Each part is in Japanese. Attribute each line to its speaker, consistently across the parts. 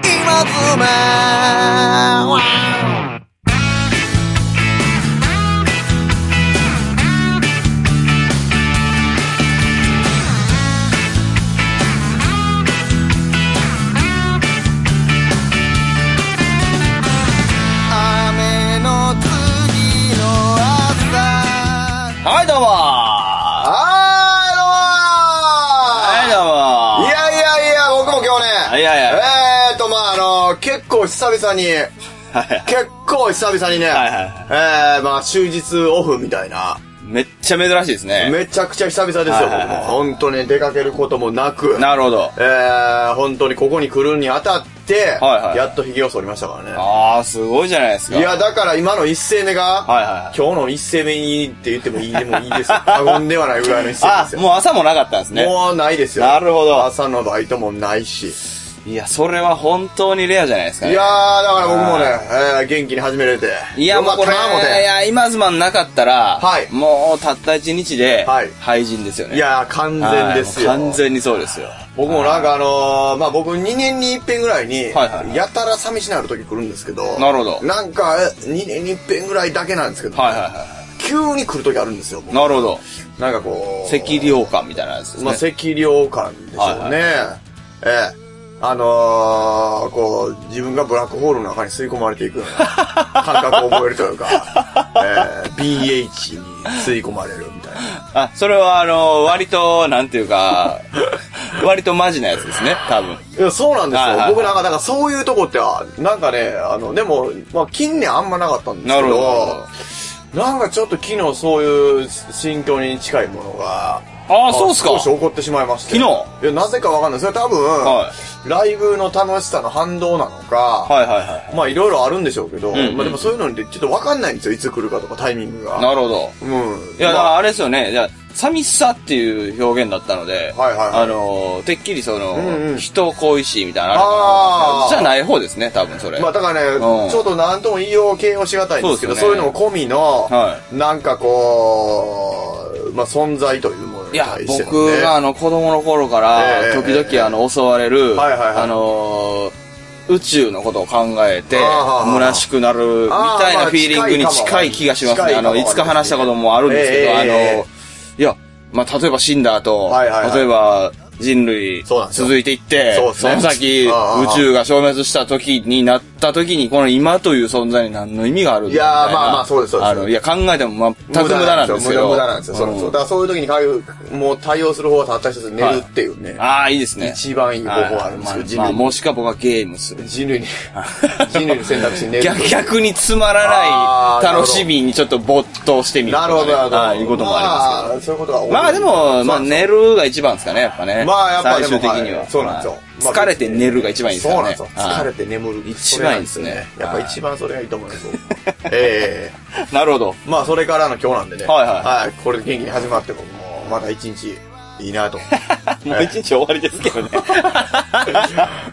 Speaker 1: 妻雨の次の朝
Speaker 2: はい、どうもは、
Speaker 1: はいいどうもい
Speaker 2: どうも
Speaker 1: やいやいや、僕も今日ね。
Speaker 2: はいはいはい
Speaker 1: えーと、まああの、結構久々に、
Speaker 2: はいはい
Speaker 1: 結構久々にね、
Speaker 2: はいは
Speaker 1: えー、まあ終日オフみたいな、
Speaker 2: めっちゃ珍しいですね。
Speaker 1: めちゃくちゃ久々ですよ、
Speaker 2: はいはいはい
Speaker 1: 僕も本当に出かけることもなく、
Speaker 2: なるほど。
Speaker 1: えー、本当にここに来るにあたって、
Speaker 2: はいはい
Speaker 1: やっと髭を剃りましたから
Speaker 2: あー、すごいじゃないですか。
Speaker 1: ね。いや、だから今の一声目が、
Speaker 2: はいはい。
Speaker 1: 今日の一声目にって言ってもいいでもいいです よ。過言ではないぐらいの一声目
Speaker 2: あ
Speaker 1: です、よ。
Speaker 2: もう朝もなかったんですね。
Speaker 1: もうないですよ。
Speaker 2: なるほど
Speaker 1: 朝のバイトもないし。
Speaker 2: いや、それは本当にレアじゃないですかね。
Speaker 1: いやー、だから僕もね、えー元気に始めれて。
Speaker 2: いや、
Speaker 1: よ
Speaker 2: も
Speaker 1: か
Speaker 2: う
Speaker 1: った
Speaker 2: これ、
Speaker 1: な、思
Speaker 2: い
Speaker 1: て。
Speaker 2: や、今ズマンなかったら、
Speaker 1: はい
Speaker 2: もうたった一日で
Speaker 1: はい、
Speaker 2: 廃人ですよね。
Speaker 1: いやー、完
Speaker 2: はい、
Speaker 1: 全ですよ。
Speaker 2: もう完全にそうですよ。
Speaker 1: 僕もなんかあのー、まあ僕2年に一遍ぐらいに
Speaker 2: はいはいは、い
Speaker 1: やたら寂しなる時来るんですけど、
Speaker 2: なるほど
Speaker 1: なんか、2年に一遍ぐらいだけなんですけど、
Speaker 2: はいはいは
Speaker 1: 急に来る時あるんですよ、僕
Speaker 2: い。なるほど。
Speaker 1: なんかこう、
Speaker 2: 赤量感みたいなやつですね。
Speaker 1: まあ、赤量感でしょうね。
Speaker 2: はい
Speaker 1: ええ。あのー、こう、自分がブラックホールの中に吸い込まれていくよう な感覚を覚えるというか、ええ BH に吸い込まれるみたいな。
Speaker 2: あ、それはあの、割と、なんていう か、割とマジなやつですね、多分。
Speaker 1: いや、そうなんですよ。
Speaker 2: はいはいはい
Speaker 1: 僕なんか、なんかそういうとこっては、なんかね、あの、でも、まあ、近年あんまなかったんですけど、
Speaker 2: なるほ
Speaker 1: なんかちょっと昨日そういう心境に近いものが、
Speaker 2: ああ、そうっすか。
Speaker 1: 少し怒ってしまいまして。
Speaker 2: 昨
Speaker 1: いや、なぜかわかんない。それは多分、
Speaker 2: は
Speaker 1: ライブの楽しさの反動なのか、
Speaker 2: はいはいは
Speaker 1: まあいろいろあるんでしょうけど、
Speaker 2: んうん
Speaker 1: まあでもそういうのにちょっとわかんないんですよ、いつ来るかとかタイミングが。
Speaker 2: い。なるほど。
Speaker 1: うん。
Speaker 2: いや、
Speaker 1: ま
Speaker 2: だか
Speaker 1: あ
Speaker 2: らあれですよね、じゃあ寂しさっていう表現だったので、
Speaker 1: はいはいはい
Speaker 2: あのー、てっきりその、
Speaker 1: んうん
Speaker 2: 人恋しいみたいなの
Speaker 1: あー
Speaker 2: あるじゃない方ですね、多分それ。
Speaker 1: まあだから
Speaker 2: う
Speaker 1: ね、
Speaker 2: ん
Speaker 1: ちょっと何とも言いよう形容しがたいんですけど、そ
Speaker 2: そうう
Speaker 1: い
Speaker 2: ですよね
Speaker 1: うのも込みの、
Speaker 2: は
Speaker 1: なんかこう、まあ存在というもの
Speaker 2: い
Speaker 1: に
Speaker 2: や
Speaker 1: 対、してのね、
Speaker 2: 僕があの子供の頃か
Speaker 1: ええ
Speaker 2: ら、時
Speaker 1: ええ
Speaker 2: 々あの襲われる、
Speaker 1: はいはいはい
Speaker 2: あのー、宇宙のことを考えて、
Speaker 1: あーはーはー
Speaker 2: 虚しくなる
Speaker 1: あー
Speaker 2: みたい
Speaker 1: まあ
Speaker 2: なフィーリングに近い気がします
Speaker 1: 近い
Speaker 2: ね。
Speaker 1: か
Speaker 2: あ
Speaker 1: も
Speaker 2: の、いつか話したこともあるんですけ
Speaker 1: ええ
Speaker 2: ど、あの
Speaker 1: ええ、
Speaker 2: いや、まあ、例えば死んだ後
Speaker 1: はいはいはい、
Speaker 2: 例えば人類
Speaker 1: そうなんですよ
Speaker 2: 続いていって
Speaker 1: そう、です
Speaker 2: そ
Speaker 1: ね
Speaker 2: の先宇
Speaker 1: あー
Speaker 2: 宙が消滅した時になった時に、この今という存在に何の意味があるんだ
Speaker 1: いやー
Speaker 2: みた
Speaker 1: まあまあそうですそうです
Speaker 2: あのいや、考えても全く無駄なんですけど。
Speaker 1: 無駄なんですよ。そううんそうだからそういう時にかゆもう対応する方はたった一つ寝るっていうね、
Speaker 2: ああ、いいですね。
Speaker 1: 一番いい方法あるんですよ、
Speaker 2: はい
Speaker 1: 人類
Speaker 2: まあ、
Speaker 1: に
Speaker 2: もしか僕はゲームする。
Speaker 1: 人類に、人類の選択肢に寝ると
Speaker 2: 逆
Speaker 1: いう。
Speaker 2: 逆につまら
Speaker 1: あー
Speaker 2: な
Speaker 1: ないるほど
Speaker 2: 楽しみにちょっと没頭してみると
Speaker 1: な
Speaker 2: か
Speaker 1: る
Speaker 2: ね、
Speaker 1: ほど、なるほど。
Speaker 2: はい、いうこともあります
Speaker 1: まあ、そういうことが多い
Speaker 2: けど。まあでも、まあ寝るが一番ですかね、やっぱね。
Speaker 1: まあやっぱで
Speaker 2: 最
Speaker 1: も
Speaker 2: 終的に
Speaker 1: は。
Speaker 2: はい
Speaker 1: そうなんですよまあ
Speaker 2: 疲れて寝るが一番いいです
Speaker 1: そう
Speaker 2: か
Speaker 1: なん
Speaker 2: ら
Speaker 1: で
Speaker 2: ね。
Speaker 1: すよ。
Speaker 2: は
Speaker 1: 疲れて眠る。
Speaker 2: 一番いいですね
Speaker 1: それなんよやっぱ一番それがいいと思います。 僕ええ
Speaker 2: いなるほど。
Speaker 1: まあ、それからの今日なんでね。
Speaker 2: はいはい
Speaker 1: い。これで元気に始まって、僕も、まだ一日、いいな と。
Speaker 2: もう一日終わりです けどね。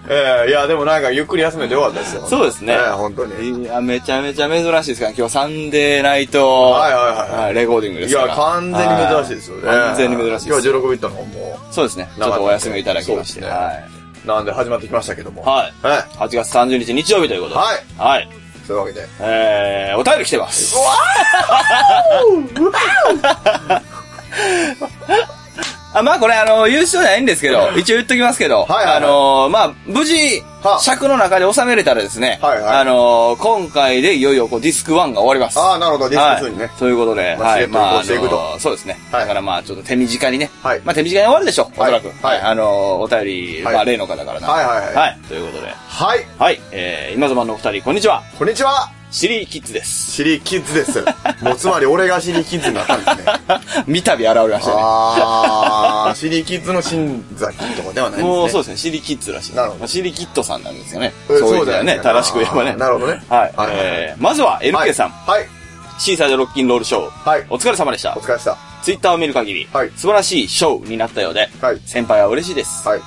Speaker 1: ええいや、でもなんかゆっくり休めてよかったですよ。
Speaker 2: そうですね
Speaker 1: ええ本当に。
Speaker 2: いや、めちゃめちゃ珍しいですから、今日サンデーナイト、
Speaker 1: はいはいはい
Speaker 2: いレコーディングで
Speaker 1: い
Speaker 2: すから。
Speaker 1: や、完全に珍しいですよね。
Speaker 2: は完全に珍しい
Speaker 1: 今日
Speaker 2: です。
Speaker 1: は16ビットの方も、
Speaker 2: そうですね。ちょっとお休みいただきまして。
Speaker 1: そうですね
Speaker 2: はい
Speaker 1: なんで始まってきましたけども。
Speaker 2: はい
Speaker 1: え
Speaker 2: 8月30日日曜日ということで。
Speaker 1: はい。
Speaker 2: はい。
Speaker 1: えそういうわけで。
Speaker 2: えー、お便り来てます。あまあこれあの、優勝じゃないんですけど、一応言っときますけど、
Speaker 1: はいはいはい
Speaker 2: あのーまあ無事
Speaker 1: はあ、
Speaker 2: 尺の中で収めれたらですね、
Speaker 1: はいはい
Speaker 2: あのー今回でいよいよこうディスク1が終わります。
Speaker 1: ああ、なるほど。ディスク2にね。
Speaker 2: はい。ということで、
Speaker 1: まあ
Speaker 2: は
Speaker 1: しれ
Speaker 2: い。
Speaker 1: っと
Speaker 2: まあ、
Speaker 1: 移行していくと
Speaker 2: あのそうですね。
Speaker 1: はい
Speaker 2: だからまあ、ちょっと手短にね。
Speaker 1: はい
Speaker 2: まあ、手短に終わるでしょう。おそらく。
Speaker 1: はい
Speaker 2: は
Speaker 1: は
Speaker 2: い。
Speaker 1: い
Speaker 2: あの、お便り、
Speaker 1: はい
Speaker 2: まあ、例の方からなんで
Speaker 1: はいはいはい
Speaker 2: はい。ということで。
Speaker 1: はい。
Speaker 2: はい。えー、今様のお二人、こんにちは。
Speaker 1: こんにちは。
Speaker 2: シリーキッズです。
Speaker 1: シリーキッズです。もうつまり俺がシリーキッズになったんですね。
Speaker 2: 三度現れましたね。
Speaker 1: あー、シリーキッズの新崎とかではないんですね。
Speaker 2: もうそう
Speaker 1: う
Speaker 2: ですね、シリキッズらしいです。
Speaker 1: なるほど
Speaker 2: まあシリキットさんなんですよね。
Speaker 1: え
Speaker 2: そういう意味で
Speaker 1: そう
Speaker 2: は
Speaker 1: です
Speaker 2: ね
Speaker 1: ね、
Speaker 2: 正しく言えばね。
Speaker 1: あーなるほどね
Speaker 2: はい。
Speaker 1: はい
Speaker 2: えー、まずは、
Speaker 1: はい
Speaker 2: NK さん。
Speaker 1: はい。
Speaker 2: シーサイドロッキンロールショー。
Speaker 1: はい
Speaker 2: お疲れ様でした
Speaker 1: お。疲れでした。
Speaker 2: ツイッターを見る限り、
Speaker 1: はい
Speaker 2: 素晴らしいショーになったようで、
Speaker 1: はい
Speaker 2: 先輩は嬉しい です。
Speaker 1: はい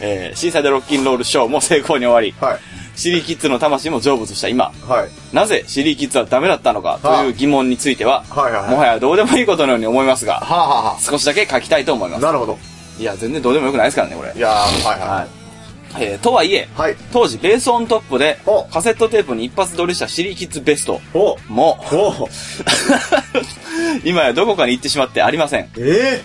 Speaker 2: えー、シーサイドロッキンロールショーも成功に終わり、
Speaker 1: はい。
Speaker 2: シリーキッズの魂も成仏した今、
Speaker 1: はい。
Speaker 2: なぜシリーキッズはダメだったのかという疑問については、
Speaker 1: はいはいはい
Speaker 2: もはやどうでもいいことのように思いますが、
Speaker 1: はあ、はあは
Speaker 2: 少しだけ書きたいと思い
Speaker 1: あ、
Speaker 2: ます。
Speaker 1: なるほど。
Speaker 2: いや、全然どうでもよくないですからね、これ
Speaker 1: い。やー、はいはい。
Speaker 2: はい。えーとはいえ、
Speaker 1: はい
Speaker 2: 当時ベースオントップで
Speaker 1: お
Speaker 2: カセットテープに一発撮りしたシリキッズベスト
Speaker 1: お
Speaker 2: も、
Speaker 1: お
Speaker 2: 今やどこかに行ってしまってありません。
Speaker 1: ええ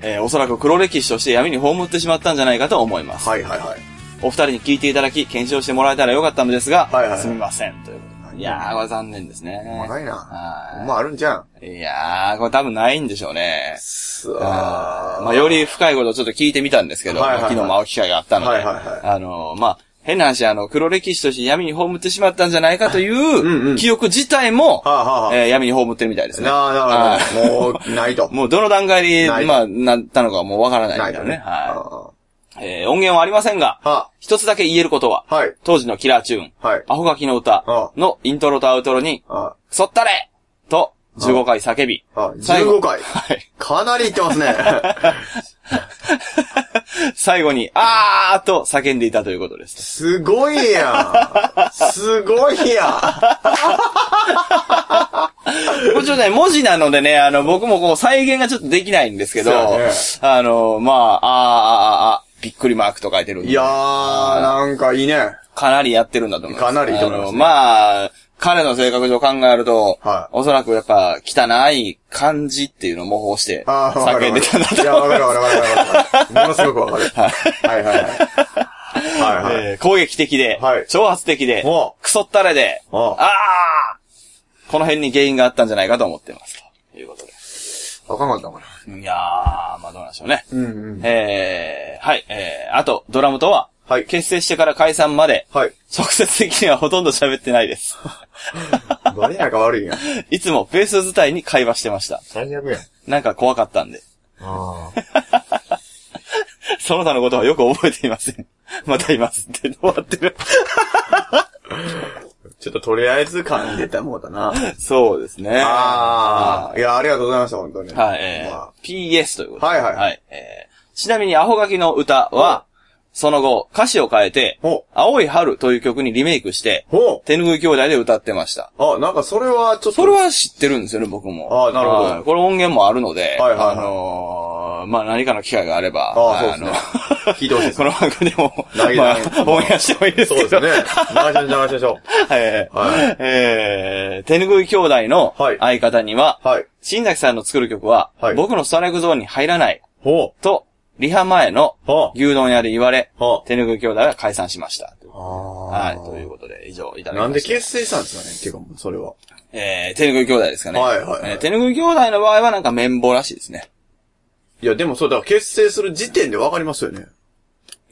Speaker 2: えーおそらく黒歴史として闇に葬ってしまったんじゃないかと思います。
Speaker 1: はいはいはい。
Speaker 2: お二人に聞いていただき、検証してもらえたらよかったのですが、
Speaker 1: はいはい
Speaker 2: すみません。ということでいやー、これ残念ですね。
Speaker 1: うまいな。
Speaker 2: は
Speaker 1: ほんまああるんじゃん。
Speaker 2: いいやー、これ多分ないんでしょうね。
Speaker 1: す
Speaker 2: あ
Speaker 1: あ
Speaker 2: ーまあ、より深いことをちょっと聞いてみたんですけど、
Speaker 1: はいはいはい
Speaker 2: まあ昨日も会う機会があったので、
Speaker 1: はいはいはい
Speaker 2: あのーまあ、変な話、あの、黒歴史として闇に葬ってしまったんじゃないかとい
Speaker 1: んう
Speaker 2: う、
Speaker 1: ん
Speaker 2: 記憶自体も、
Speaker 1: はあはあはあ
Speaker 2: えー闇に葬ってるみたいですね。
Speaker 1: なあ、なるほど。もう、ないと。
Speaker 2: もうどの段階で
Speaker 1: ない、
Speaker 2: まあ、なったのかもうわからない
Speaker 1: な
Speaker 2: け
Speaker 1: いと
Speaker 2: ど
Speaker 1: ね。
Speaker 2: ね。は
Speaker 1: あ
Speaker 2: い。えー音源はありませんが、
Speaker 1: あは
Speaker 2: 一つだけ言えることは、
Speaker 1: あはい。
Speaker 2: 当時のキラーチューン、
Speaker 1: はい
Speaker 2: アホガキの歌のイントロとアウトロに、
Speaker 1: あ
Speaker 2: クソったれと、15回叫び。
Speaker 1: ああ
Speaker 2: 最後
Speaker 1: 15回
Speaker 2: はい。
Speaker 1: かなりいってますね。
Speaker 2: 最後に、あーと叫んでいたということです。
Speaker 1: すごいやん。すごいや
Speaker 2: これちょっとね、文字なのでね、あの、僕もこう、再現がちょっとできないんですけど、
Speaker 1: そうやね
Speaker 2: あの、まあ、あーあーあーあーびっくりマークと書いてるん
Speaker 1: ん。
Speaker 2: で
Speaker 1: いやー、なんかいいね。
Speaker 2: かなりやってるんだと思います。
Speaker 1: かなりいいと思いますね
Speaker 2: あのまあ、彼の性格上考えると、
Speaker 1: はい
Speaker 2: おそらくやっぱ、汚い感じっていうのを模倣して、
Speaker 1: ああ、わかるわ
Speaker 2: 叫んで
Speaker 1: か
Speaker 2: たなと
Speaker 1: る。いや、わかるわかるわかるわかる。ものすごくわかる。はいはいはい。はいはい。
Speaker 2: えー攻撃的で、
Speaker 1: はい
Speaker 2: 挑発的で
Speaker 1: お、
Speaker 2: クソったれで、
Speaker 1: お
Speaker 2: ああーこの辺に原因があったんじゃないかと思ってます。ということで。
Speaker 1: わかんなかったもんな。
Speaker 2: いやー、まあどうなんでしょうね。
Speaker 1: うんうん。
Speaker 2: えー、はい、えー、あと、ドラムとは、
Speaker 1: はい
Speaker 2: 結成してから解散まで、
Speaker 1: はい。
Speaker 2: 直接的にはほとんど喋ってな いです。
Speaker 1: バレやか悪いんや。
Speaker 2: いつもベース伝いに会話してました。
Speaker 1: 最悪やん。
Speaker 2: なんか怖かったんで。
Speaker 1: あ
Speaker 2: その他のことはよく覚えていません。 またいますって終わってる。
Speaker 1: あ。ちょっととりあえず噛んでたもうだな。
Speaker 2: そうですね。
Speaker 1: ああ。いや、ありがとうございました、本当に。
Speaker 2: はい、えー
Speaker 1: ま
Speaker 2: PS ということで。
Speaker 1: はいはい
Speaker 2: えーちなみに、アホ書きの歌は、その後、歌詞を変えて
Speaker 1: お、
Speaker 2: 青い春という曲にリメイクして
Speaker 1: あ、ほ
Speaker 2: 手拭い兄弟で歌ってました。
Speaker 1: うあ、なんかそれはちょっと。
Speaker 2: それは知ってるんですよね、僕も。
Speaker 1: あーなるほど
Speaker 2: はいこれ音源もあるので、
Speaker 1: はいはいはい
Speaker 2: あのーまあ、何かの機会があれば、
Speaker 1: あーそうですね
Speaker 2: あの
Speaker 1: 聞いてほしいです
Speaker 2: この 番組でも、
Speaker 1: ない
Speaker 2: まあ
Speaker 1: ない、
Speaker 2: オンエアしてもいいです
Speaker 1: そう
Speaker 2: け
Speaker 1: で
Speaker 2: ど。
Speaker 1: すね。流しましょう、流しましょ
Speaker 2: えー
Speaker 1: はい
Speaker 2: えー、手拭い兄弟の
Speaker 1: はい
Speaker 2: 相方には、
Speaker 1: う。はい。
Speaker 2: 新崎さんの作る曲は、
Speaker 1: はい
Speaker 2: 僕のストライクゾーンに入らない、
Speaker 1: ほ
Speaker 2: と、リハ前の
Speaker 1: う。ほう。
Speaker 2: 牛丼屋で言われ、
Speaker 1: ほう。
Speaker 2: 手拭い兄弟は解散しました。
Speaker 1: あ
Speaker 2: は
Speaker 1: あ。
Speaker 2: い、ということで、以上いただきました。
Speaker 1: なんで結成したんですかねっていうかもう、それは。
Speaker 2: えー、手拭い兄弟ですかね。
Speaker 1: はいはいはい
Speaker 2: えー手拭い兄弟の場合はなんか綿棒らしいですね。
Speaker 1: いや、でもそう、だから結成する時点でわかりますよね。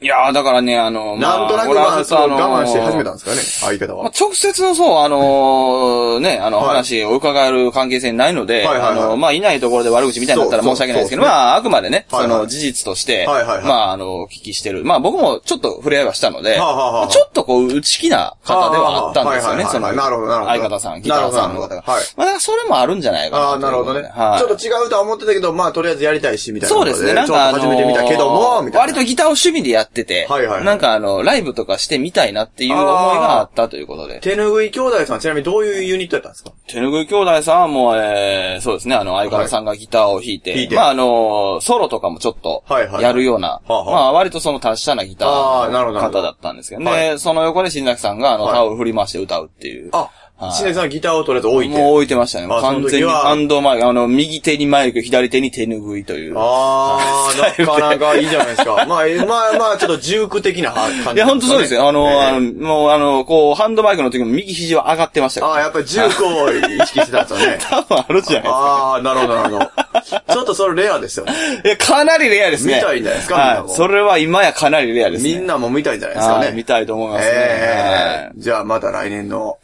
Speaker 2: いやー、だからね、あの、まあ
Speaker 1: なんとなく、
Speaker 2: 俺
Speaker 1: ま
Speaker 2: はちょ
Speaker 1: あ、
Speaker 2: っ
Speaker 1: そ
Speaker 2: と
Speaker 1: の我慢して始めたん
Speaker 2: あの
Speaker 1: ですかね、相方
Speaker 2: まあ
Speaker 1: は。
Speaker 2: 直接のそう、あのーね、あの、
Speaker 1: はい
Speaker 2: 話を伺える関係性ないので、
Speaker 1: はいはいはい
Speaker 2: あの、まあ、いないところで悪口みたいになったら
Speaker 1: そう
Speaker 2: 申し訳ないですけど、
Speaker 1: そうそうですね
Speaker 2: まあ、あくまでね、
Speaker 1: はいはい
Speaker 2: その事実として、
Speaker 1: はいはいはい
Speaker 2: まあ、あの、お聞きしてる。まあ、僕もちょっと触れ合いはしたので、
Speaker 1: はあはあはあ
Speaker 2: まあちょっとこう、内気な方ではあったんですよね、
Speaker 1: は
Speaker 2: そ
Speaker 1: あはあはいはいはい
Speaker 2: の、
Speaker 1: なるほどなるほど
Speaker 2: 相方さん、ギターさんの
Speaker 1: な
Speaker 2: 方
Speaker 1: る
Speaker 2: が。
Speaker 1: ほどはい
Speaker 2: まあ、だからそれもあるんじゃないかな
Speaker 1: ああ、なるほどね。
Speaker 2: ということではい
Speaker 1: ちょっと違うとは思ってたけど、まあ、とりあえずやりたいし、みたいな
Speaker 2: そ
Speaker 1: こ
Speaker 2: う
Speaker 1: と。
Speaker 2: ですね。なんか、あの
Speaker 1: ちょっと始めてみたけども、みたいな。
Speaker 2: 割とギターを趣味でやってて、
Speaker 1: はいはいはい
Speaker 2: なんかあの、ライブとかしてみたいなっていう思いがあったということで。
Speaker 1: 手拭い兄弟さん、ちなみにどういうユニットやったんですか
Speaker 2: 手ぬぐい兄弟さんはもう、えー、そうですね、あの、相方さんがギターを弾いて、
Speaker 1: はい弾いて
Speaker 2: まあ、あの、ソロとかもちょっと
Speaker 1: はいは、い
Speaker 2: やるような、
Speaker 1: あはあ
Speaker 2: まあ、割とその達者なギタ
Speaker 1: あ
Speaker 2: ー
Speaker 1: ーなるほどな
Speaker 2: の
Speaker 1: るほど
Speaker 2: 方だったんですけど、
Speaker 1: は
Speaker 2: で、その横で新崎さんが、あの、
Speaker 1: はい
Speaker 2: タオル振り回して歌うっていう。
Speaker 1: あ
Speaker 2: はい、
Speaker 1: しねさんギターをとりあえず置いて。
Speaker 2: もう置いてましたね。
Speaker 1: あその時は
Speaker 2: 完全にハンドマイク、あの、右手にマイク、左手に手ぬぐいという。
Speaker 1: あ
Speaker 2: はい
Speaker 1: あ、なかなかいいじゃないですか。まあ、えまあ、まあ、ちょっと重苦的な感じ、
Speaker 2: いや、本当そうですよ。あの、
Speaker 1: ええ
Speaker 2: あの、もう、あの、こう、ハンドマイクの時も右肘は上がってましたか
Speaker 1: ああ、
Speaker 2: ら。。
Speaker 1: やっぱり重苦を意識してたんですよね
Speaker 2: 多分あるじゃない
Speaker 1: ああ、なるほど、なるほど。ちょっとそれレアですよね。
Speaker 2: です か。いや、かなりレアですね。
Speaker 1: 見たいんじゃないですかみんな
Speaker 2: は
Speaker 1: も
Speaker 2: い。それは今やかなりレアですね。
Speaker 1: みんなも見たいんじゃないですか
Speaker 2: はい
Speaker 1: ね。
Speaker 2: 見たいと思いますね。
Speaker 1: ええじゃあまた来年の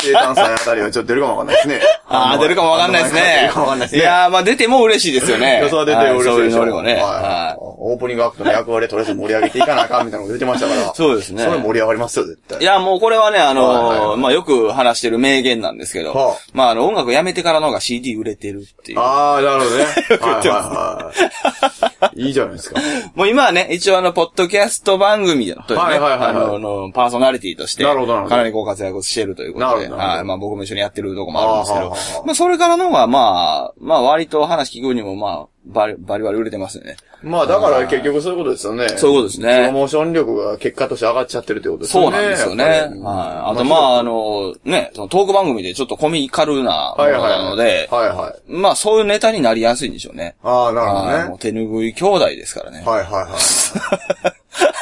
Speaker 1: 生誕祭あたりはちょっと出るかもわかんないですね。
Speaker 2: ああー、出るかもわかんないです
Speaker 1: 出
Speaker 2: ね
Speaker 1: るかもわかんないで。す
Speaker 2: い
Speaker 1: ね。
Speaker 2: やー、まあ出ても嬉しいですよね。
Speaker 1: 予想は出て嬉しいでしょ
Speaker 2: はそういうのもね。
Speaker 1: はい
Speaker 2: は
Speaker 1: オープニングアクトの役割でとりあえず盛り上げていかなあかんみたいなこと出てましたから。
Speaker 2: そうですね
Speaker 1: それ盛り上がりますよ、絶対。
Speaker 2: いいや、もうこれはね、あ
Speaker 1: はいはい
Speaker 2: の
Speaker 1: は
Speaker 2: ー、まあよく話してる名言なんですけど
Speaker 1: はあ、
Speaker 2: まああの、音楽やめてからの方が CD 売れてるっていう。
Speaker 1: ああ、なるほど ね。
Speaker 2: 言ってま
Speaker 1: はいはいはい。いいじゃないですか。
Speaker 2: もう今はね、一応あの、ポッドキャスト番組での、というね、
Speaker 1: はいはいはいはい
Speaker 2: あのあの、パーソナリティとして、
Speaker 1: なるほどなるほど
Speaker 2: かなりご活躍しているということで、
Speaker 1: なるほどなるほど
Speaker 2: はい、まあ僕も一緒にやってるとこもあるんですけ
Speaker 1: あーはーはー
Speaker 2: ど
Speaker 1: は、ー
Speaker 2: まあそれからの方がまあ、まあ割と話聞くにもまあ、バリバリバリ売れてますよね。
Speaker 1: まあだから結局そういうことですよね。
Speaker 2: そういうことですね
Speaker 1: プロモーション力が結果として上がっちゃってるってことです
Speaker 2: そ
Speaker 1: よね。
Speaker 2: うなんですよね。
Speaker 1: やっぱ
Speaker 2: は
Speaker 1: り
Speaker 2: い
Speaker 1: うん。
Speaker 2: あと、まあ、あの、ね、そのトーク番組でちょっとコミカルなも
Speaker 1: は
Speaker 2: の
Speaker 1: いはい。
Speaker 2: なので、
Speaker 1: はいはい。
Speaker 2: まあ、そういうネタになりやすいんでしょうね。
Speaker 1: ああ、な
Speaker 2: はい
Speaker 1: る
Speaker 2: も
Speaker 1: ほ
Speaker 2: う手拭い兄弟ですから ね
Speaker 1: どね。。はいはいはい。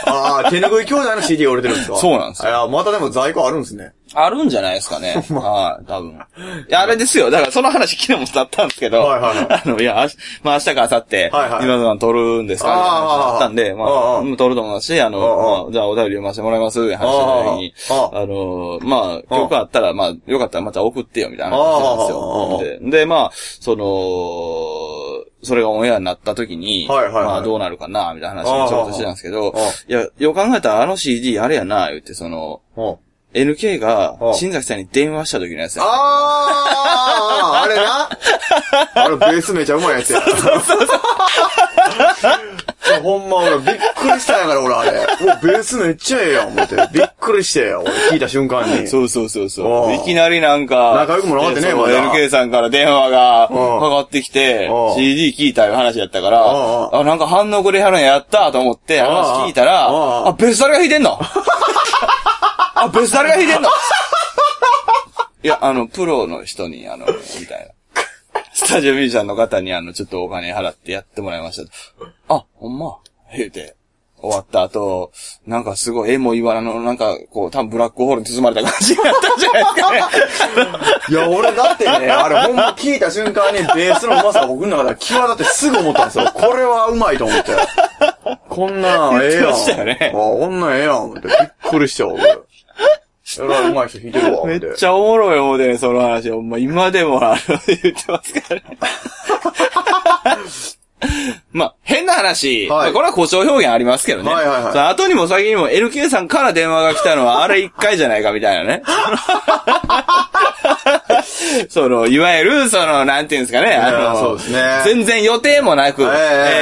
Speaker 1: ああ、手拭い兄弟の CD が売れてるんですか
Speaker 2: そうなんですよ
Speaker 1: よ。いや、またでも在庫あるんですね。
Speaker 2: あるんじゃないです かね。はい、多分。いや、あれですよ。だから、その話昨日もだったんですけど、
Speaker 1: はいはいは
Speaker 2: あの、いや、あしまあ、明日か明後日、
Speaker 1: はいはい
Speaker 2: 今のは撮るんですかみたいな話だったんで、
Speaker 1: あー
Speaker 2: ま
Speaker 1: あ
Speaker 2: あ、
Speaker 1: ー
Speaker 2: うん撮ると思いますし、あの、
Speaker 1: あーあー
Speaker 2: まあじゃあお便り読ませてもらいます、話した時に、
Speaker 1: あー
Speaker 2: あの、まあ、曲あったら、まあ、よかったらまた送ってよ、みたいな話なんです
Speaker 1: あーあーあー
Speaker 2: よ。でで、まあ、その、それがオンエアになった時に、
Speaker 1: はいはいはい
Speaker 2: まあ、どうなるかな、みたいな話をちょっとしてたんですけど
Speaker 1: あーあ、
Speaker 2: いや、よく考えたらあの CD あれやな、言って、その、
Speaker 1: うん。
Speaker 2: NK が
Speaker 1: う、ん
Speaker 2: 新崎さんに電話した時のやつや。
Speaker 1: ああ、あれな。あれ、ベースめちゃうまいやつや。ほんま、俺、びっくりしたんやから、俺、あれ。おベースめっちゃええやん、思って。びっくりしてよ、俺、聞いた瞬間に。
Speaker 2: そうそうそうそ
Speaker 1: お
Speaker 2: う。
Speaker 1: う
Speaker 2: いきなりなんか、
Speaker 1: 仲良くもなかったね
Speaker 2: えー
Speaker 1: ま
Speaker 2: そう
Speaker 1: だ
Speaker 2: NK さんから電話がか
Speaker 1: うん
Speaker 2: かってきて
Speaker 1: う、ん
Speaker 2: CD 聞いたいう話やったか
Speaker 1: うんう
Speaker 2: ら、あ、なんか反応くれはるんややったと思って
Speaker 1: んうん
Speaker 2: 話聞いたら、
Speaker 1: うんうん
Speaker 2: あ、ベース誰が弾いてんのあ、ベース誰が弾いてんの いや、あの、プロの人に、あの、みたいな。スタジオミュージシャンの方にあの、ちょっとお金払ってやってもらいました。あ、ほんま。言うて、終わった後、なんかすごい、絵も言わなの、なんか、こう、多分ブラックホールに包まれた感じになったんじゃないですかね。
Speaker 1: いや、俺、だってね、あれ、ほんま聞いた瞬間に、ベースのうまさが僕の中で際立ってすぐ思ったんですよ。これはうまいと思って。こんなん、ええ
Speaker 2: 言って
Speaker 1: や
Speaker 2: ましたよ
Speaker 1: ん。
Speaker 2: ね
Speaker 1: あ、こんなんええやん、思って。びっくりしたよ、俺。えらいうまい人弾いてるわ、思
Speaker 2: め
Speaker 1: っ。
Speaker 2: ってちゃおもろい思うてね、その話。ほんま、今でも、あの、言ってますからね。 まあ、変な話。
Speaker 1: はい
Speaker 2: まあこれは誇張表現ありますけどね。
Speaker 1: はいはいはい
Speaker 2: その後にも先にも LK さんから電話が来たのは、あれ一回じゃないかみたい なね。その、いわゆる、その、なんていうんですかね。あ
Speaker 1: いや
Speaker 2: の、
Speaker 1: そうですね
Speaker 2: 全然予定もなく、え
Speaker 1: え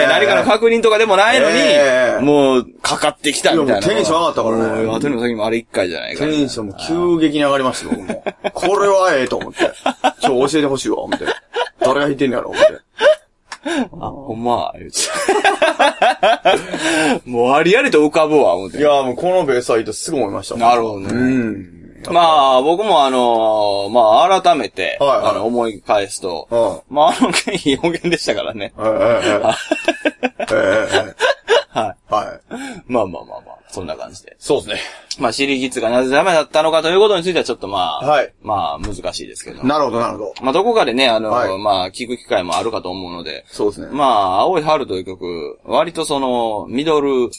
Speaker 1: え
Speaker 2: ー何かの確認とかでもないのに、
Speaker 1: ええ
Speaker 2: もう、かかってきたみたいな。
Speaker 1: いやもうテンション上がったからね
Speaker 2: もう後にも先にもあれ一回じゃないかみたいな
Speaker 1: テンションも急激に上がりましたよ、僕もこれはええと 思って。ちょ、教えてほしいわ、思って。誰が弾いてんのやろ、思って。
Speaker 2: あ、ほんま、 言うて。もうありありと浮かぶわ、思って。
Speaker 1: いやもうこのベースはいいとすぐ思いました。
Speaker 2: なるほど
Speaker 1: う
Speaker 2: ね。
Speaker 1: ん。
Speaker 2: まあ、僕もあのーまあ、改めて、
Speaker 1: はいはい
Speaker 2: あの、思い返すと、まあ、あの件、いい表現でしたからね。
Speaker 1: ええ ええええええ
Speaker 2: は
Speaker 1: はい。
Speaker 2: まあまあまあまあ、そんな感じで。
Speaker 1: そうですね。
Speaker 2: まあ、シリギッツがなぜダメだったのかということについては、ちょっとまあ、
Speaker 1: はい
Speaker 2: まあ、難しいですけど。
Speaker 1: なるほど、なるほど。
Speaker 2: まあ、どこかでね、あのー
Speaker 1: はい
Speaker 2: まあ、聞く機会もあるかと思うので、
Speaker 1: そうですね。
Speaker 2: まあ、青い春という曲、割とその、ミドル、テ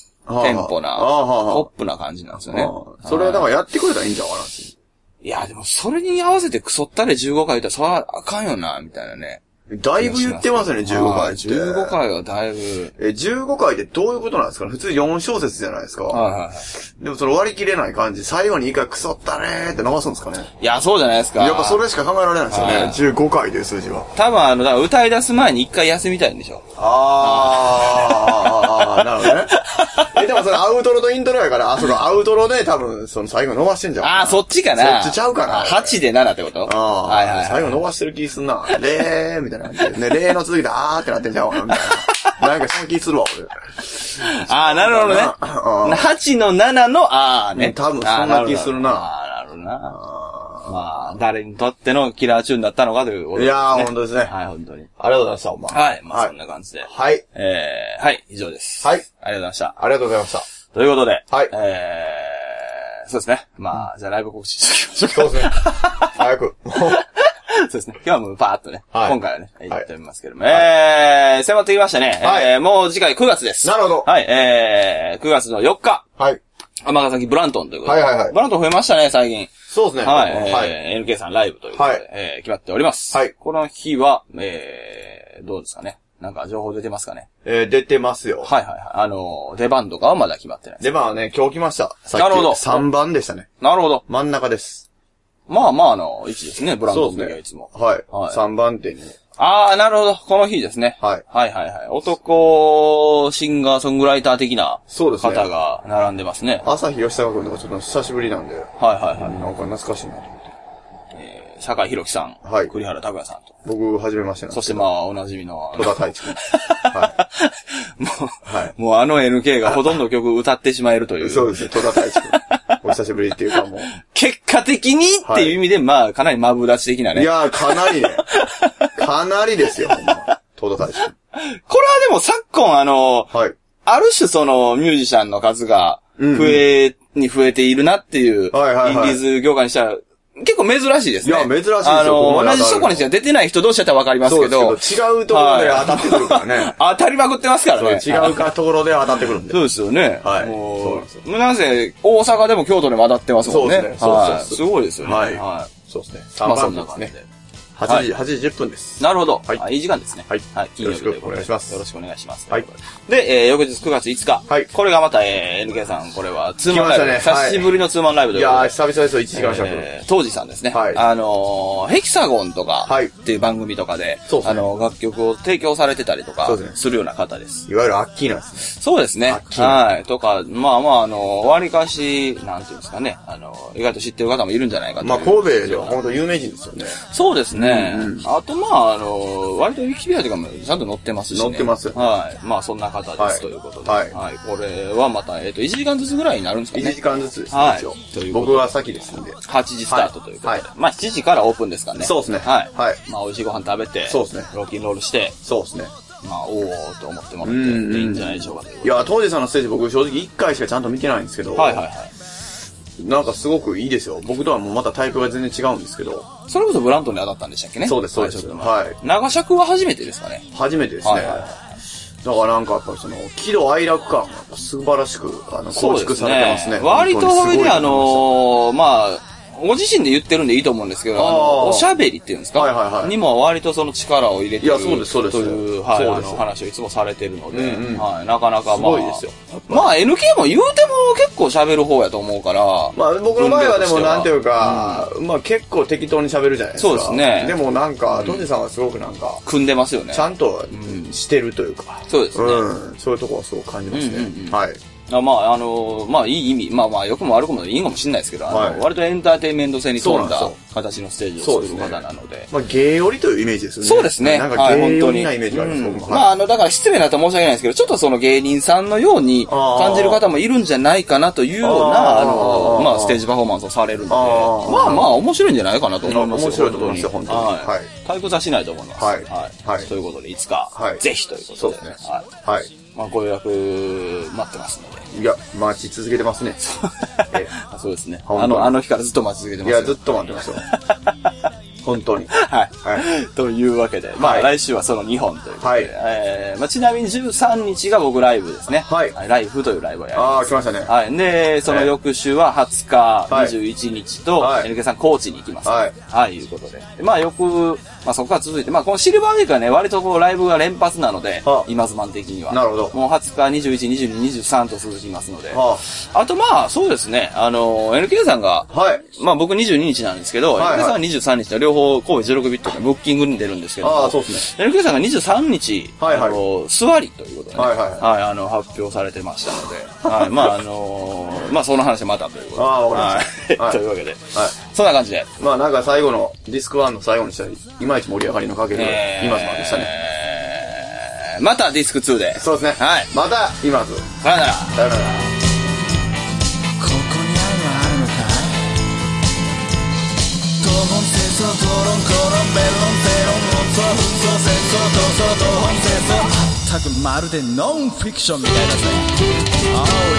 Speaker 2: ンポな、
Speaker 1: はあはあはあ
Speaker 2: ポップな感じなんですよね
Speaker 1: うん。それはだからやってくれたらいいんじゃん、わ
Speaker 2: いや、でもそれに合わせてクソったれ15回言ったら、そらあかんよな、みたいなね。
Speaker 1: だいぶ言ってますよね、15
Speaker 2: は
Speaker 1: 回
Speaker 2: い
Speaker 1: って。
Speaker 2: 15。回はだいぶ。
Speaker 1: え、15回ってどういうことなんですかね普通4小節じゃないです
Speaker 2: はい
Speaker 1: か。
Speaker 2: はいは
Speaker 1: でもその割り切れない感じ、最後に一回クソったねーって流すんですかね
Speaker 2: い。いや、そうじゃないですか。
Speaker 1: やっぱそれしか考えられない
Speaker 2: はい
Speaker 1: ですよね。15回という数字は。
Speaker 2: 多分あの、だから歌い出す前に一回休みたいんでしょ。
Speaker 1: あー、なるほどね。え、でもそれアウトロとイントロやから、あ、そのアウトロで多分、その最後伸ばしてんじゃん。
Speaker 2: ああ、そっちかな。
Speaker 1: そっちちゃうかな
Speaker 2: あ8で7ってこと
Speaker 1: ああ、
Speaker 2: はいはいはい。
Speaker 1: 最後伸ばしてる気すんな。れーみたいな感じで。ね、れーの続きであーってなってんじゃん、俺みたいな。なんかその気するわ、
Speaker 2: ああ、なるほどね。
Speaker 1: うん
Speaker 2: 8の7の、ああね。
Speaker 1: うん多分
Speaker 2: ああ
Speaker 1: そんな気するな
Speaker 2: ああ、なるほどな。まあ、誰にとってのキラーチューンだったのかということ
Speaker 1: 俺。い
Speaker 2: ですね
Speaker 1: やー、ほんとですね。
Speaker 2: はい、本当に。
Speaker 1: ありがとうございました、お前。
Speaker 2: はい、まあそ
Speaker 1: は
Speaker 2: ん
Speaker 1: い。
Speaker 2: な感じで。
Speaker 1: はい。
Speaker 2: えー、はい、以上です。
Speaker 1: はい。
Speaker 2: ありがとうございました。
Speaker 1: ありがとうございました。
Speaker 2: ということで。
Speaker 1: はい
Speaker 2: えー、そうですね。まあ、じゃあライブ告知しときましょう
Speaker 1: そうで
Speaker 2: か。
Speaker 1: すね。早 く。
Speaker 2: そうですね。今日はもうパーっとね。
Speaker 1: はい
Speaker 2: 今回はね、
Speaker 1: い
Speaker 2: 言ってみますけども。えー、迫ってきましたね。
Speaker 1: はい
Speaker 2: えー、もう次回9月です。
Speaker 1: なるほど
Speaker 2: はい、えー、9月の4日、
Speaker 1: はい。
Speaker 2: 尼崎ブラントンということで。
Speaker 1: はいはいはい
Speaker 2: ブラントン増えましたね、最近。
Speaker 1: そうですね。
Speaker 2: はい、
Speaker 1: はい。
Speaker 2: えー NK さんライブということで、
Speaker 1: はい
Speaker 2: えー、決まっております。
Speaker 1: はい
Speaker 2: この日は、えー、どうですかね。なんか情報出てますかね。
Speaker 1: えー、出てますよ。
Speaker 2: はいはいはい。あのー、出番とかはまだ決まってないです。
Speaker 1: で、まあね、今日来ました。さっき
Speaker 2: なるほど
Speaker 1: 3番でしたね。
Speaker 2: なるほど。
Speaker 1: 真ん中です。
Speaker 2: まあまあの位置ですね、ブランドの時はいつも。
Speaker 1: はい。
Speaker 2: はい
Speaker 1: 3番手に。
Speaker 2: ああ、なるほど。この日ですね。
Speaker 1: はい
Speaker 2: はいはいはい。男、シンガー、ソングライター的な
Speaker 1: そうですね
Speaker 2: 方が並んでますね。
Speaker 1: 朝日吉高君とかちょっと久しぶりなんで、
Speaker 2: はいはいはい。
Speaker 1: なんか懐かしいなと思って。
Speaker 2: えー坂井宏樹さん、
Speaker 1: はい
Speaker 2: 栗原拓也さんと。
Speaker 1: 僕、初めましてなん
Speaker 2: そ
Speaker 1: で
Speaker 2: し
Speaker 1: す
Speaker 2: て
Speaker 1: け
Speaker 2: ま
Speaker 1: ど。
Speaker 2: あ、おなじみの、あの
Speaker 1: 戸田太 一君。は
Speaker 2: も
Speaker 1: い。は
Speaker 2: う、もうあの NK がほとんど曲歌ってしまえるとい
Speaker 1: い。
Speaker 2: う。
Speaker 1: そうですね、戸田太一君。お久しぶりっていうかもう。
Speaker 2: 結果的にっていう意味で、まあ、かなりマブダチ的ないね。
Speaker 1: やー、かなりね。かなりですよ、ほんま。戸田大使。
Speaker 2: これはでも昨今、あの、
Speaker 1: はい。
Speaker 2: ある種そのミュージシャンの数が
Speaker 1: うんうん
Speaker 2: 増え、に増えているなっていう、インデ
Speaker 1: はいはい
Speaker 2: ィ
Speaker 1: はい
Speaker 2: ーズ業界にしたら、結構珍しいですね。
Speaker 1: いや珍しいですよ
Speaker 2: あ
Speaker 1: ここ
Speaker 2: の、
Speaker 1: まで当たる
Speaker 2: 同じとこにしか出てない人同士だったらわかります
Speaker 1: そう
Speaker 2: け
Speaker 1: で
Speaker 2: ど、
Speaker 1: すけど、違うところで当たってくるから ね。
Speaker 2: 当たりまくってますから
Speaker 1: そう
Speaker 2: ね。
Speaker 1: 違うかところで当たってくるんで。
Speaker 2: そうですよね。
Speaker 1: はい
Speaker 2: もう
Speaker 1: そうなんです
Speaker 2: なぜ、大阪でも京都にも当たってますもんね。
Speaker 1: そうですねそう
Speaker 2: は
Speaker 1: で
Speaker 2: い。
Speaker 1: す
Speaker 2: すごいですよね。
Speaker 1: はい
Speaker 2: は
Speaker 1: そうですね。
Speaker 2: まあ
Speaker 1: 3
Speaker 2: そ
Speaker 1: 番
Speaker 2: んな
Speaker 1: です
Speaker 2: 感じ
Speaker 1: ね
Speaker 2: で。。
Speaker 1: 8時、8時10分です。
Speaker 2: なるほど。
Speaker 1: はい
Speaker 2: あいい時間ですね。
Speaker 1: はい
Speaker 2: 金曜日とうことで
Speaker 1: よろしくお願いします
Speaker 2: よろしくお願いします。
Speaker 1: はい。
Speaker 2: で、えー、翌日9月5日。
Speaker 1: はい
Speaker 2: これがまた、えー、NK さん、これは、ツーマンライブ。
Speaker 1: 来ましたねはい
Speaker 2: 久しぶりのツーマンライブ
Speaker 1: い
Speaker 2: ということ
Speaker 1: やー、
Speaker 2: で。
Speaker 1: 久々ですよ、1時間しゃく。
Speaker 2: えー当時さんですね。
Speaker 1: はい
Speaker 2: あのーヘキサゴンとか、
Speaker 1: はい
Speaker 2: っていう番組とかで、
Speaker 1: そうです
Speaker 2: あ
Speaker 1: ね
Speaker 2: の、楽曲を提供されてたりとか
Speaker 1: そうです、ね
Speaker 2: するような方です。
Speaker 1: いわゆるアッキーなんですね。
Speaker 2: そうですね
Speaker 1: あ。金
Speaker 2: はい。とか、まあまあ、あの、わりかし、なんていうんですかね。あの、意外と知ってる方もいるんじゃないかという。
Speaker 1: まあ、神戸では本当有名人ですよね。
Speaker 2: そうですね。あと、まあ、あの、割とウィキペディアとかもちゃんと載ってますし、ね。
Speaker 1: 載ってます
Speaker 2: はい。まあ、そんな方です、
Speaker 1: はい
Speaker 2: ということで。は。
Speaker 1: はいい
Speaker 2: これはまた、えっ、と、1時間ずつぐらいになるんですか
Speaker 1: 1
Speaker 2: ね
Speaker 1: 時。間ずつです
Speaker 2: はい
Speaker 1: ね、一応
Speaker 2: ということで
Speaker 1: 僕は先ですんで。
Speaker 2: 8時スタートということで。
Speaker 1: はいは
Speaker 2: まあ、7時からオープンですかね。
Speaker 1: そうですね
Speaker 2: はい。
Speaker 1: はい
Speaker 2: まあ、美味しいご飯食べて。
Speaker 1: そうですね
Speaker 2: ロッキンロールして、
Speaker 1: そうですね。
Speaker 2: まあ、おーおーと思ってもらっ
Speaker 1: うんうん
Speaker 2: て、いいんじゃないでしょうかということ
Speaker 1: い
Speaker 2: で。
Speaker 1: やー、当時さんのステージ僕正直1回しかちゃんと見てないんですけど、
Speaker 2: はいはいはい。
Speaker 1: なんかすごくいいですよ。僕とはもうまたタイプが全然違うんですけど、
Speaker 2: それこそブラントに当たったんでしたっけね。
Speaker 1: そうですそうです
Speaker 2: はいちょっと前
Speaker 1: はい
Speaker 2: 長尺は初めてですかね。
Speaker 1: 初めてですね。
Speaker 2: はいはいは
Speaker 1: だからなんかやっぱりその、喜怒哀楽感が素晴らしく、あの、構築されてますね。
Speaker 2: 割とそ
Speaker 1: 本当
Speaker 2: れ
Speaker 1: にすごい
Speaker 2: で、あ
Speaker 1: と思い
Speaker 2: のーまあ、ご自身で言ってるんでいいと思うんですけど、あ
Speaker 1: あ
Speaker 2: の
Speaker 1: ー
Speaker 2: おしゃべりっていうんですか、
Speaker 1: はいはいはい
Speaker 2: にも割とその力を入れてる
Speaker 1: いやそうですそうです
Speaker 2: という、はい、
Speaker 1: そう
Speaker 2: あ
Speaker 1: です
Speaker 2: の話をいつもされてるので、
Speaker 1: うんうん
Speaker 2: はい、なかなかまあ、
Speaker 1: すごいですよ
Speaker 2: まあ NK も言うても結構喋る方やと思うから、
Speaker 1: ましたまあ僕の場合はでも
Speaker 2: 分量として
Speaker 1: なんていうか、まあ結構適当に喋るじゃないですか。
Speaker 2: そうですね
Speaker 1: でもなんか、当時さんはすごくなんか、
Speaker 2: 組んでますよね
Speaker 1: ち。ゃんとしてるというか。
Speaker 2: そうですね。
Speaker 1: うん。そういうところはすごく感じます
Speaker 2: うんうんうん
Speaker 1: ね。はい。
Speaker 2: あまあ、あのーまあ、いい意味、まあまあ、良くも悪くもいいかもしれないですけど、あの
Speaker 1: はい
Speaker 2: 割とエンターテインメント性に
Speaker 1: そう
Speaker 2: 富
Speaker 1: なんんです
Speaker 2: だ
Speaker 1: よ
Speaker 2: 形のステージ
Speaker 1: そ
Speaker 2: を
Speaker 1: うで
Speaker 2: 作
Speaker 1: す
Speaker 2: る
Speaker 1: ね
Speaker 2: 方なので、
Speaker 1: まあ、芸寄りというイメージですよね。
Speaker 2: そうですね。
Speaker 1: なん
Speaker 2: は
Speaker 1: か
Speaker 2: い
Speaker 1: 芸寄りな
Speaker 2: 本当に
Speaker 1: イメージがあります、
Speaker 2: うん
Speaker 1: 僕も
Speaker 2: ま
Speaker 1: はい
Speaker 2: あ、あの、だから失礼なと申し訳ないですけど、ちょっとその芸人さんのように
Speaker 1: あー
Speaker 2: 感じる方もいるんじゃないかなというような、あ
Speaker 1: あー
Speaker 2: の、
Speaker 1: あー
Speaker 2: まあ、ステージパフォーマンスをされるので、ま
Speaker 1: あー
Speaker 2: あまあ、面白いんじゃないかなと思いますよ。
Speaker 1: 面白いと思いますよ本当に
Speaker 2: は
Speaker 1: はいい。
Speaker 2: 退屈はしないと思います。
Speaker 1: はい
Speaker 2: は。
Speaker 1: はいい
Speaker 2: ということで、いつか
Speaker 1: は、い
Speaker 2: ぜひということで。
Speaker 1: そうですね
Speaker 2: はい。
Speaker 1: はい。
Speaker 2: まあ、ご予約待ってますので。
Speaker 1: いや、待ち続けてますね。え
Speaker 2: あそうですね。
Speaker 1: 本当
Speaker 2: あ
Speaker 1: に
Speaker 2: の、あの日からずっと待ち続けて
Speaker 1: い
Speaker 2: ます
Speaker 1: や、
Speaker 2: よ。
Speaker 1: ずっと待って ますよ。本当に。
Speaker 2: はい。
Speaker 1: はい。
Speaker 2: というわけで、まあ、
Speaker 1: はい
Speaker 2: 来週はその2本ということで、
Speaker 1: はい
Speaker 2: えーまあ、ちなみに13日が僕ライブですね。
Speaker 1: はい
Speaker 2: ライフというライブをやり
Speaker 1: あ
Speaker 2: ま
Speaker 1: あ、来ましたね。
Speaker 2: す。はい。で、その翌週は20日、
Speaker 1: はい
Speaker 2: 21日と、
Speaker 1: はい
Speaker 2: NK さん高知に行きます。
Speaker 1: はい。
Speaker 2: はい、いうことで。でまあ、よく、まあ、そこから続いて、まあ、このシルバーウィークはね、割とこう、ライブが連発なので
Speaker 1: はあ、
Speaker 2: 今ズマン的には。
Speaker 1: なるほど
Speaker 2: もう20日、21、22、23と続きますので。
Speaker 1: は
Speaker 2: あと、まあ、そうですね、あの、NK さんが、
Speaker 1: はい。
Speaker 2: まあ僕22日なんですけど、
Speaker 1: はいはい
Speaker 2: NK さんは23日の両方神戸16ビットのブッキングに出るんですけども、
Speaker 1: ああ、そうですね。
Speaker 2: NK さんが23日、
Speaker 1: はいはい
Speaker 2: あの、座りということで、ね、
Speaker 1: はいはい
Speaker 2: あの、発表されてましたので、はい、まああのーまあその話またということで、
Speaker 1: ああわかりました
Speaker 2: はい と
Speaker 1: はい
Speaker 2: いうわけで、
Speaker 1: は
Speaker 2: そんな感じで、
Speaker 1: い。まあ、なんか最後の、ディスク1の最後にしたら、いまいち盛り上がりのかける、
Speaker 2: えー
Speaker 1: 今ズマンでしたね。
Speaker 2: またディスク2で、
Speaker 1: そうですね。
Speaker 2: はい
Speaker 1: また、今ズ。
Speaker 2: さよなら。
Speaker 1: さよな
Speaker 3: こ
Speaker 1: ら。
Speaker 3: こに愛はあるのかいドボン戦争ドロンコロンメロンゼロンもっとふっと戦争どうぞドボン戦争まったくまるでノンフィクションみたいだぜ Oh yeah